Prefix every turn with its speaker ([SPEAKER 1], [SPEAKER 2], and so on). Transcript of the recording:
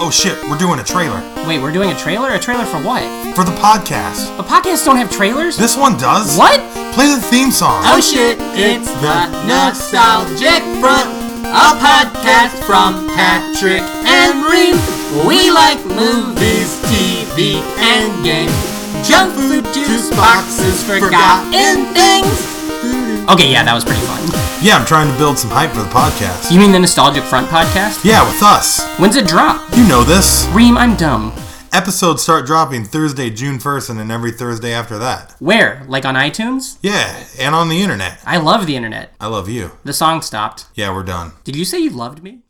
[SPEAKER 1] Oh shit, we're doing a trailer
[SPEAKER 2] Wait, we're doing a trailer? A trailer for what?
[SPEAKER 1] for the podcast.
[SPEAKER 2] But podcasts don't have trailers?
[SPEAKER 1] This one does.
[SPEAKER 2] What?
[SPEAKER 1] Play the theme song.
[SPEAKER 2] Oh shit, it's the Nostalgic Front, a podcast from Patrick and Reem. We like movies, TV, and games, junk food, juice boxes, forgotten things. Okay, yeah, that was pretty fun.
[SPEAKER 1] Yeah, I'm trying to build some hype for the podcast.
[SPEAKER 2] You mean the Nostalgic Front podcast?
[SPEAKER 1] Yeah, with us.
[SPEAKER 2] When's it drop?
[SPEAKER 1] You know this.
[SPEAKER 2] Reem, I'm dumb.
[SPEAKER 1] Episodes start dropping Thursday, June 1st, and then every Thursday after that.
[SPEAKER 2] Where? Like on iTunes?
[SPEAKER 1] Yeah, and on the internet.
[SPEAKER 2] I love the internet.
[SPEAKER 1] I love you.
[SPEAKER 2] The song stopped.
[SPEAKER 1] Yeah, we're done.
[SPEAKER 2] Did you say you loved me?